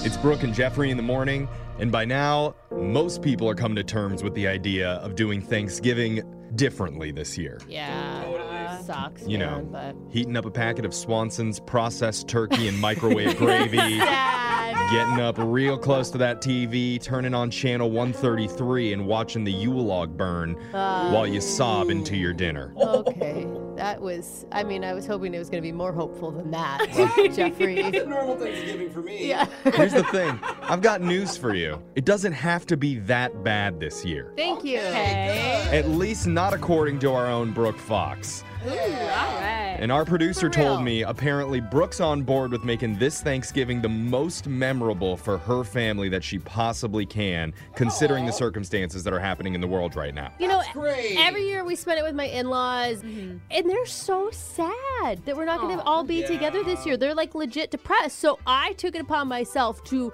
It's Brooke and Jeffrey in the morning, and by now, most people are coming to terms with the idea of doing Thanksgiving differently this year. Yeah. Sucks. You know, man, but heating up a packet of Swanson's processed turkey and microwave gravy, sad. getting up real close to that TV, turning on channel 133, and watching the Yule log burn while you sob into your dinner. Okay. That was, I mean, I was hoping it was going to be more hopeful than that, Jeffrey. normal Thanksgiving for me. yeah. Here's the thing I've got news for you. It doesn't have to be that bad this year. Thank you. Okay. At least not according to our own Brooke Fox. Ooh, all right. And our producer For real. told me apparently Brooke's on board with making this Thanksgiving the most memorable for her family that she possibly can, considering the circumstances that are happening in the world right now. You know, Great. every year we spend it with my in laws, and they're so sad that we're not going to Mm-hmm. Aw. all be together this year. They're like legit depressed. So I took it upon myself to.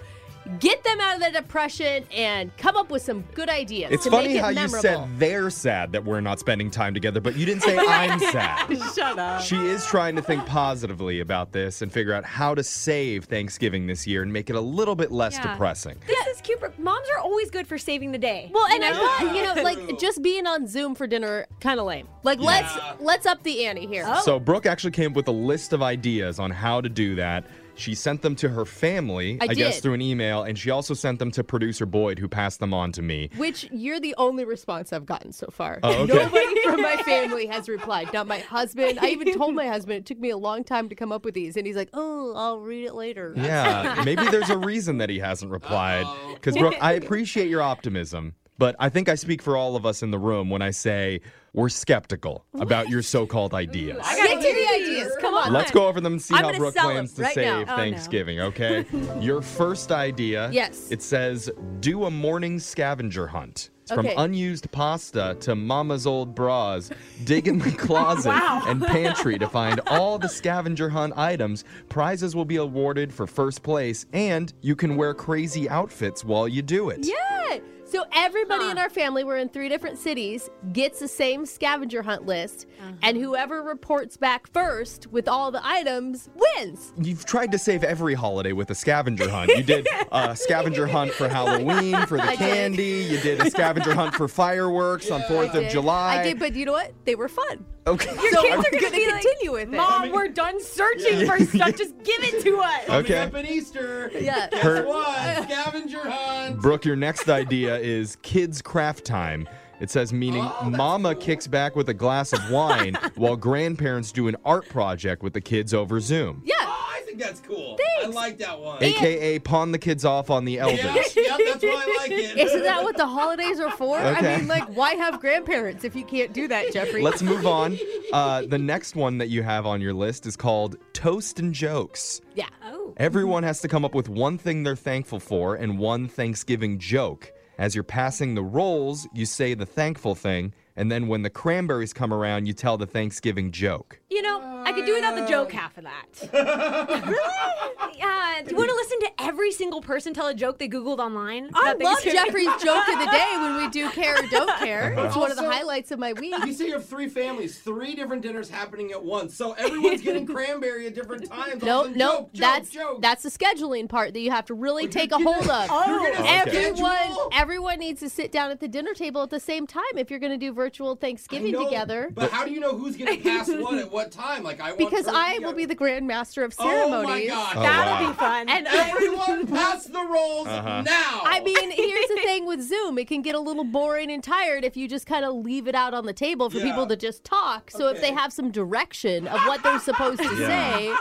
Get them out of the depression and come up with some good ideas. It's to funny make it how memorable. you said they're sad that we're not spending time together, but you didn't say I'm sad. Shut up. She is trying to think positively about this and figure out how to save Thanksgiving this year and make it a little bit less Yeah. depressing. This is cute. for- Moms are always good for saving the day. Well, you and I know? thought, you know, like just being on Zoom for dinner, kind of lame. Like let's let's up the ante here. Oh. So Brooke actually came up with a list of ideas on how to do that. She sent them to her family, I guess, did. through an email, and she also sent them to producer Boyd, who passed them on to me. Which you're the only response I've gotten so far. Oh, okay. Nobody from my family has replied. Not my husband. I even told my husband it took me a long time to come up with these, and he's like, "Oh, I'll read it later." Yeah, maybe there's a reason that he hasn't replied. Because Brooke, I appreciate your optimism, but I think I speak for all of us in the room when I say we're skeptical about your so-called ideas. I Get to gotta the hear. ideas. Come on. Let's go over them and see I'm how gonna Brooke sell 'em plans to right now. save Oh, no. Thanksgiving, okay? Your first idea. Yes. It says do a morning scavenger hunt. It's From Okay. unused pasta to mama's old bras, dig in the closet and pantry to find all the scavenger hunt items. Prizes will be awarded for first place, and you can wear crazy outfits while you do it. Yeah. So everybody Huh. in our family, we're in three different cities, gets the same scavenger hunt list, Uh-huh. and whoever reports back first with all the items wins. You've tried to save every holiday with a scavenger hunt. You did a scavenger hunt for Halloween, for the I did. candy. You did a scavenger hunt for fireworks on 4th of did. July. I did, but you know what? They were fun. Okay. so kids we're are gonna gonna be like, continue with it. Mom, we're done searching for stuff. Just give it to us. Okay. Coming up at Easter. Yeah. Guess Her- what? Scavenger hunt. Oh, Brooke, your next idea is kids craft time. It says meaning Oh, mama kicks back with a glass of wine while grandparents do an art project with the kids over Zoom. Yeah. Oh, I think that's cool. I like that one. AKA pawn the kids off on the elders. Yeah, yep, that's why I like it. Isn't that what the holidays are for? Okay. I mean, like, why have grandparents if you can't do that, Jeffrey? Let's move on. Uh, the next one that you have on your list is called Toast and Jokes. yeah. Oh. Everyone has to come up with one thing they're thankful for and one Thanksgiving joke. As you're passing the rolls, you say the thankful thing, and then when the cranberries come around, you tell the Thanksgiving joke. You know, I could do without the joke half of that. really? Yeah. Do you want to listen to every single person tell a joke they Googled online? I about love Thanksgiving? Oh, Jeffrey's joke of the day when we do care or don't care. Uh-huh. It's one of the Also- highlights of my week. You say you have three families, three different dinners happening at once, so everyone's getting cranberry at different times. No, All the no, joke, joke, that's joke. that's the scheduling part that you have to really You're take a gonna- hold of. Oh, Oh. you're gonna Everyone, schedule? everyone needs to sit down at the dinner table at the same time if you're going to do virtual I Thanksgiving know, together. But how do you know who's gonna pass what at what time? Like I want because turkey, I will be the grandmaster of Oh ceremonies. my god. Oh, That'll wow. be fun. And Everyone pass the rolls Uh-huh. now. I mean, here's the thing with Zoom. It can get a little boring and tired if you just kind of leave it out on the table for Yeah. people to just talk. So if they Okay. have some direction of what they're supposed to Yeah. say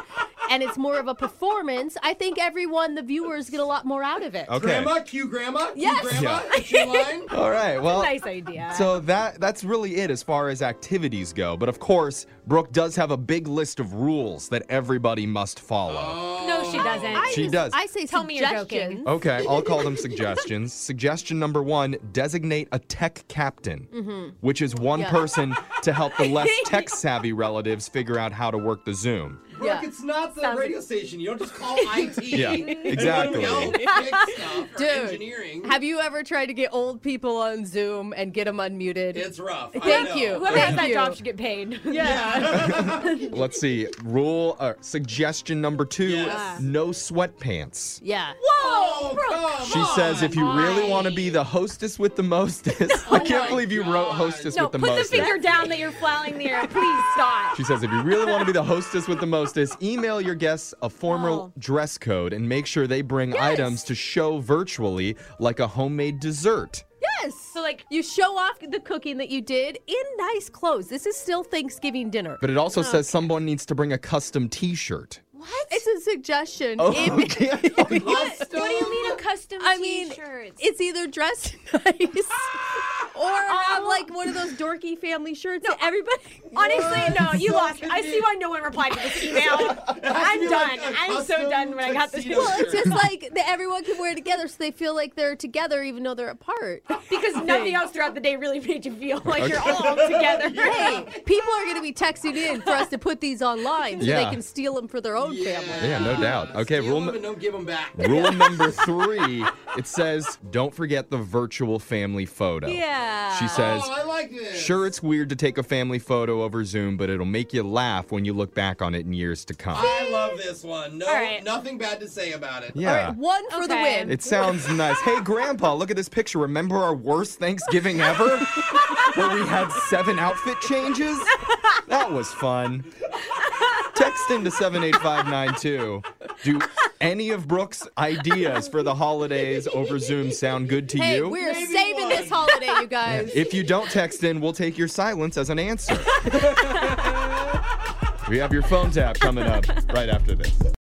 and it's more of a performance, I think everyone, the viewers, get a lot more out of it. Okay. Grandma, cue grandma, cue Yes. grandma, cue line. All right, well. nice idea. So that that's really it as far as activities go. But of course, Brooke does have a big list of rules that everybody must follow. no, she doesn't. oh, I She just- does. Oh. I say Tell me you're joking. suggestions. Okay, I'll call them suggestions. Suggestion number one designate a tech captain, which is one Yeah. person to help the less tech savvy relatives figure out how to work the Zoom. Brooke, Yeah. it's not the Sounds- radio station. You don't just call IT. Yeah, exactly. Go fix stuff or Dude, engineering. Have you ever tried to get old people on Zoom and get them unmuted? it's rough. I know. Oh, Thank you. Whoever has Thank that you. job should get paid. Yeah. Let's see. Rule uh, suggestion number two: Yes. no sweatpants. yeah. Whoa, Oh, Brooke. come She says if you really want to be the hostess with the mostest, I can't my believe you wrote God. hostess No, with the put the mostest. finger down that you're flouting the air. Please stop. She says, if you really want to be the hostess with the mostest, email your guests a formal Oh. dress code and make sure they bring items to show virtually, like a homemade dessert. Yes. So like, You show off the cooking that you did in nice clothes. This is still Thanksgiving dinner. But it also says someone needs to bring a custom t shirt. what? It's a suggestion. Oh. If- Okay. What, what do you mean a custom I mean, t-shirts? it's either dress nice or have Oh. like one of those dorky family shirts. that everybody. Honestly, no, you So lost. me. I confused. see why no one replied to this email. I'm be done. like a I'm so custom done when I got this tuxedo email. Well, it's Sure. just like that everyone can wear it together, so they feel like they're together, even though they're apart. Because nothing else throughout the day really made you feel like you're all together. hey, people are going to be texting in for us to put these online so Yeah. they can steal them for their own family. Yeah, no doubt. Okay, Steal rule them nu- and don't give them back. Rule number three it says, don't forget the virtual family photo. Yeah. She Oh, says, I like this. Sure, it's weird to take a family photo over Zoom, but it'll make you laugh when you look back on it in years to come. I love this one. No, All right. nothing bad to say about it. Yeah. One for the Okay. win. It sounds nice. Hey, Grandpa, look at this picture. Remember our worst Thanksgiving ever? Where we had seven outfit changes? That was fun. Text into 78592. Do any of Brooke's ideas for the holidays over Zoom sound good to hey, you? we're Maybe saving one. this holiday, you guys. If you don't text in, we'll take your silence as an answer. we have your phone tap coming up right after this.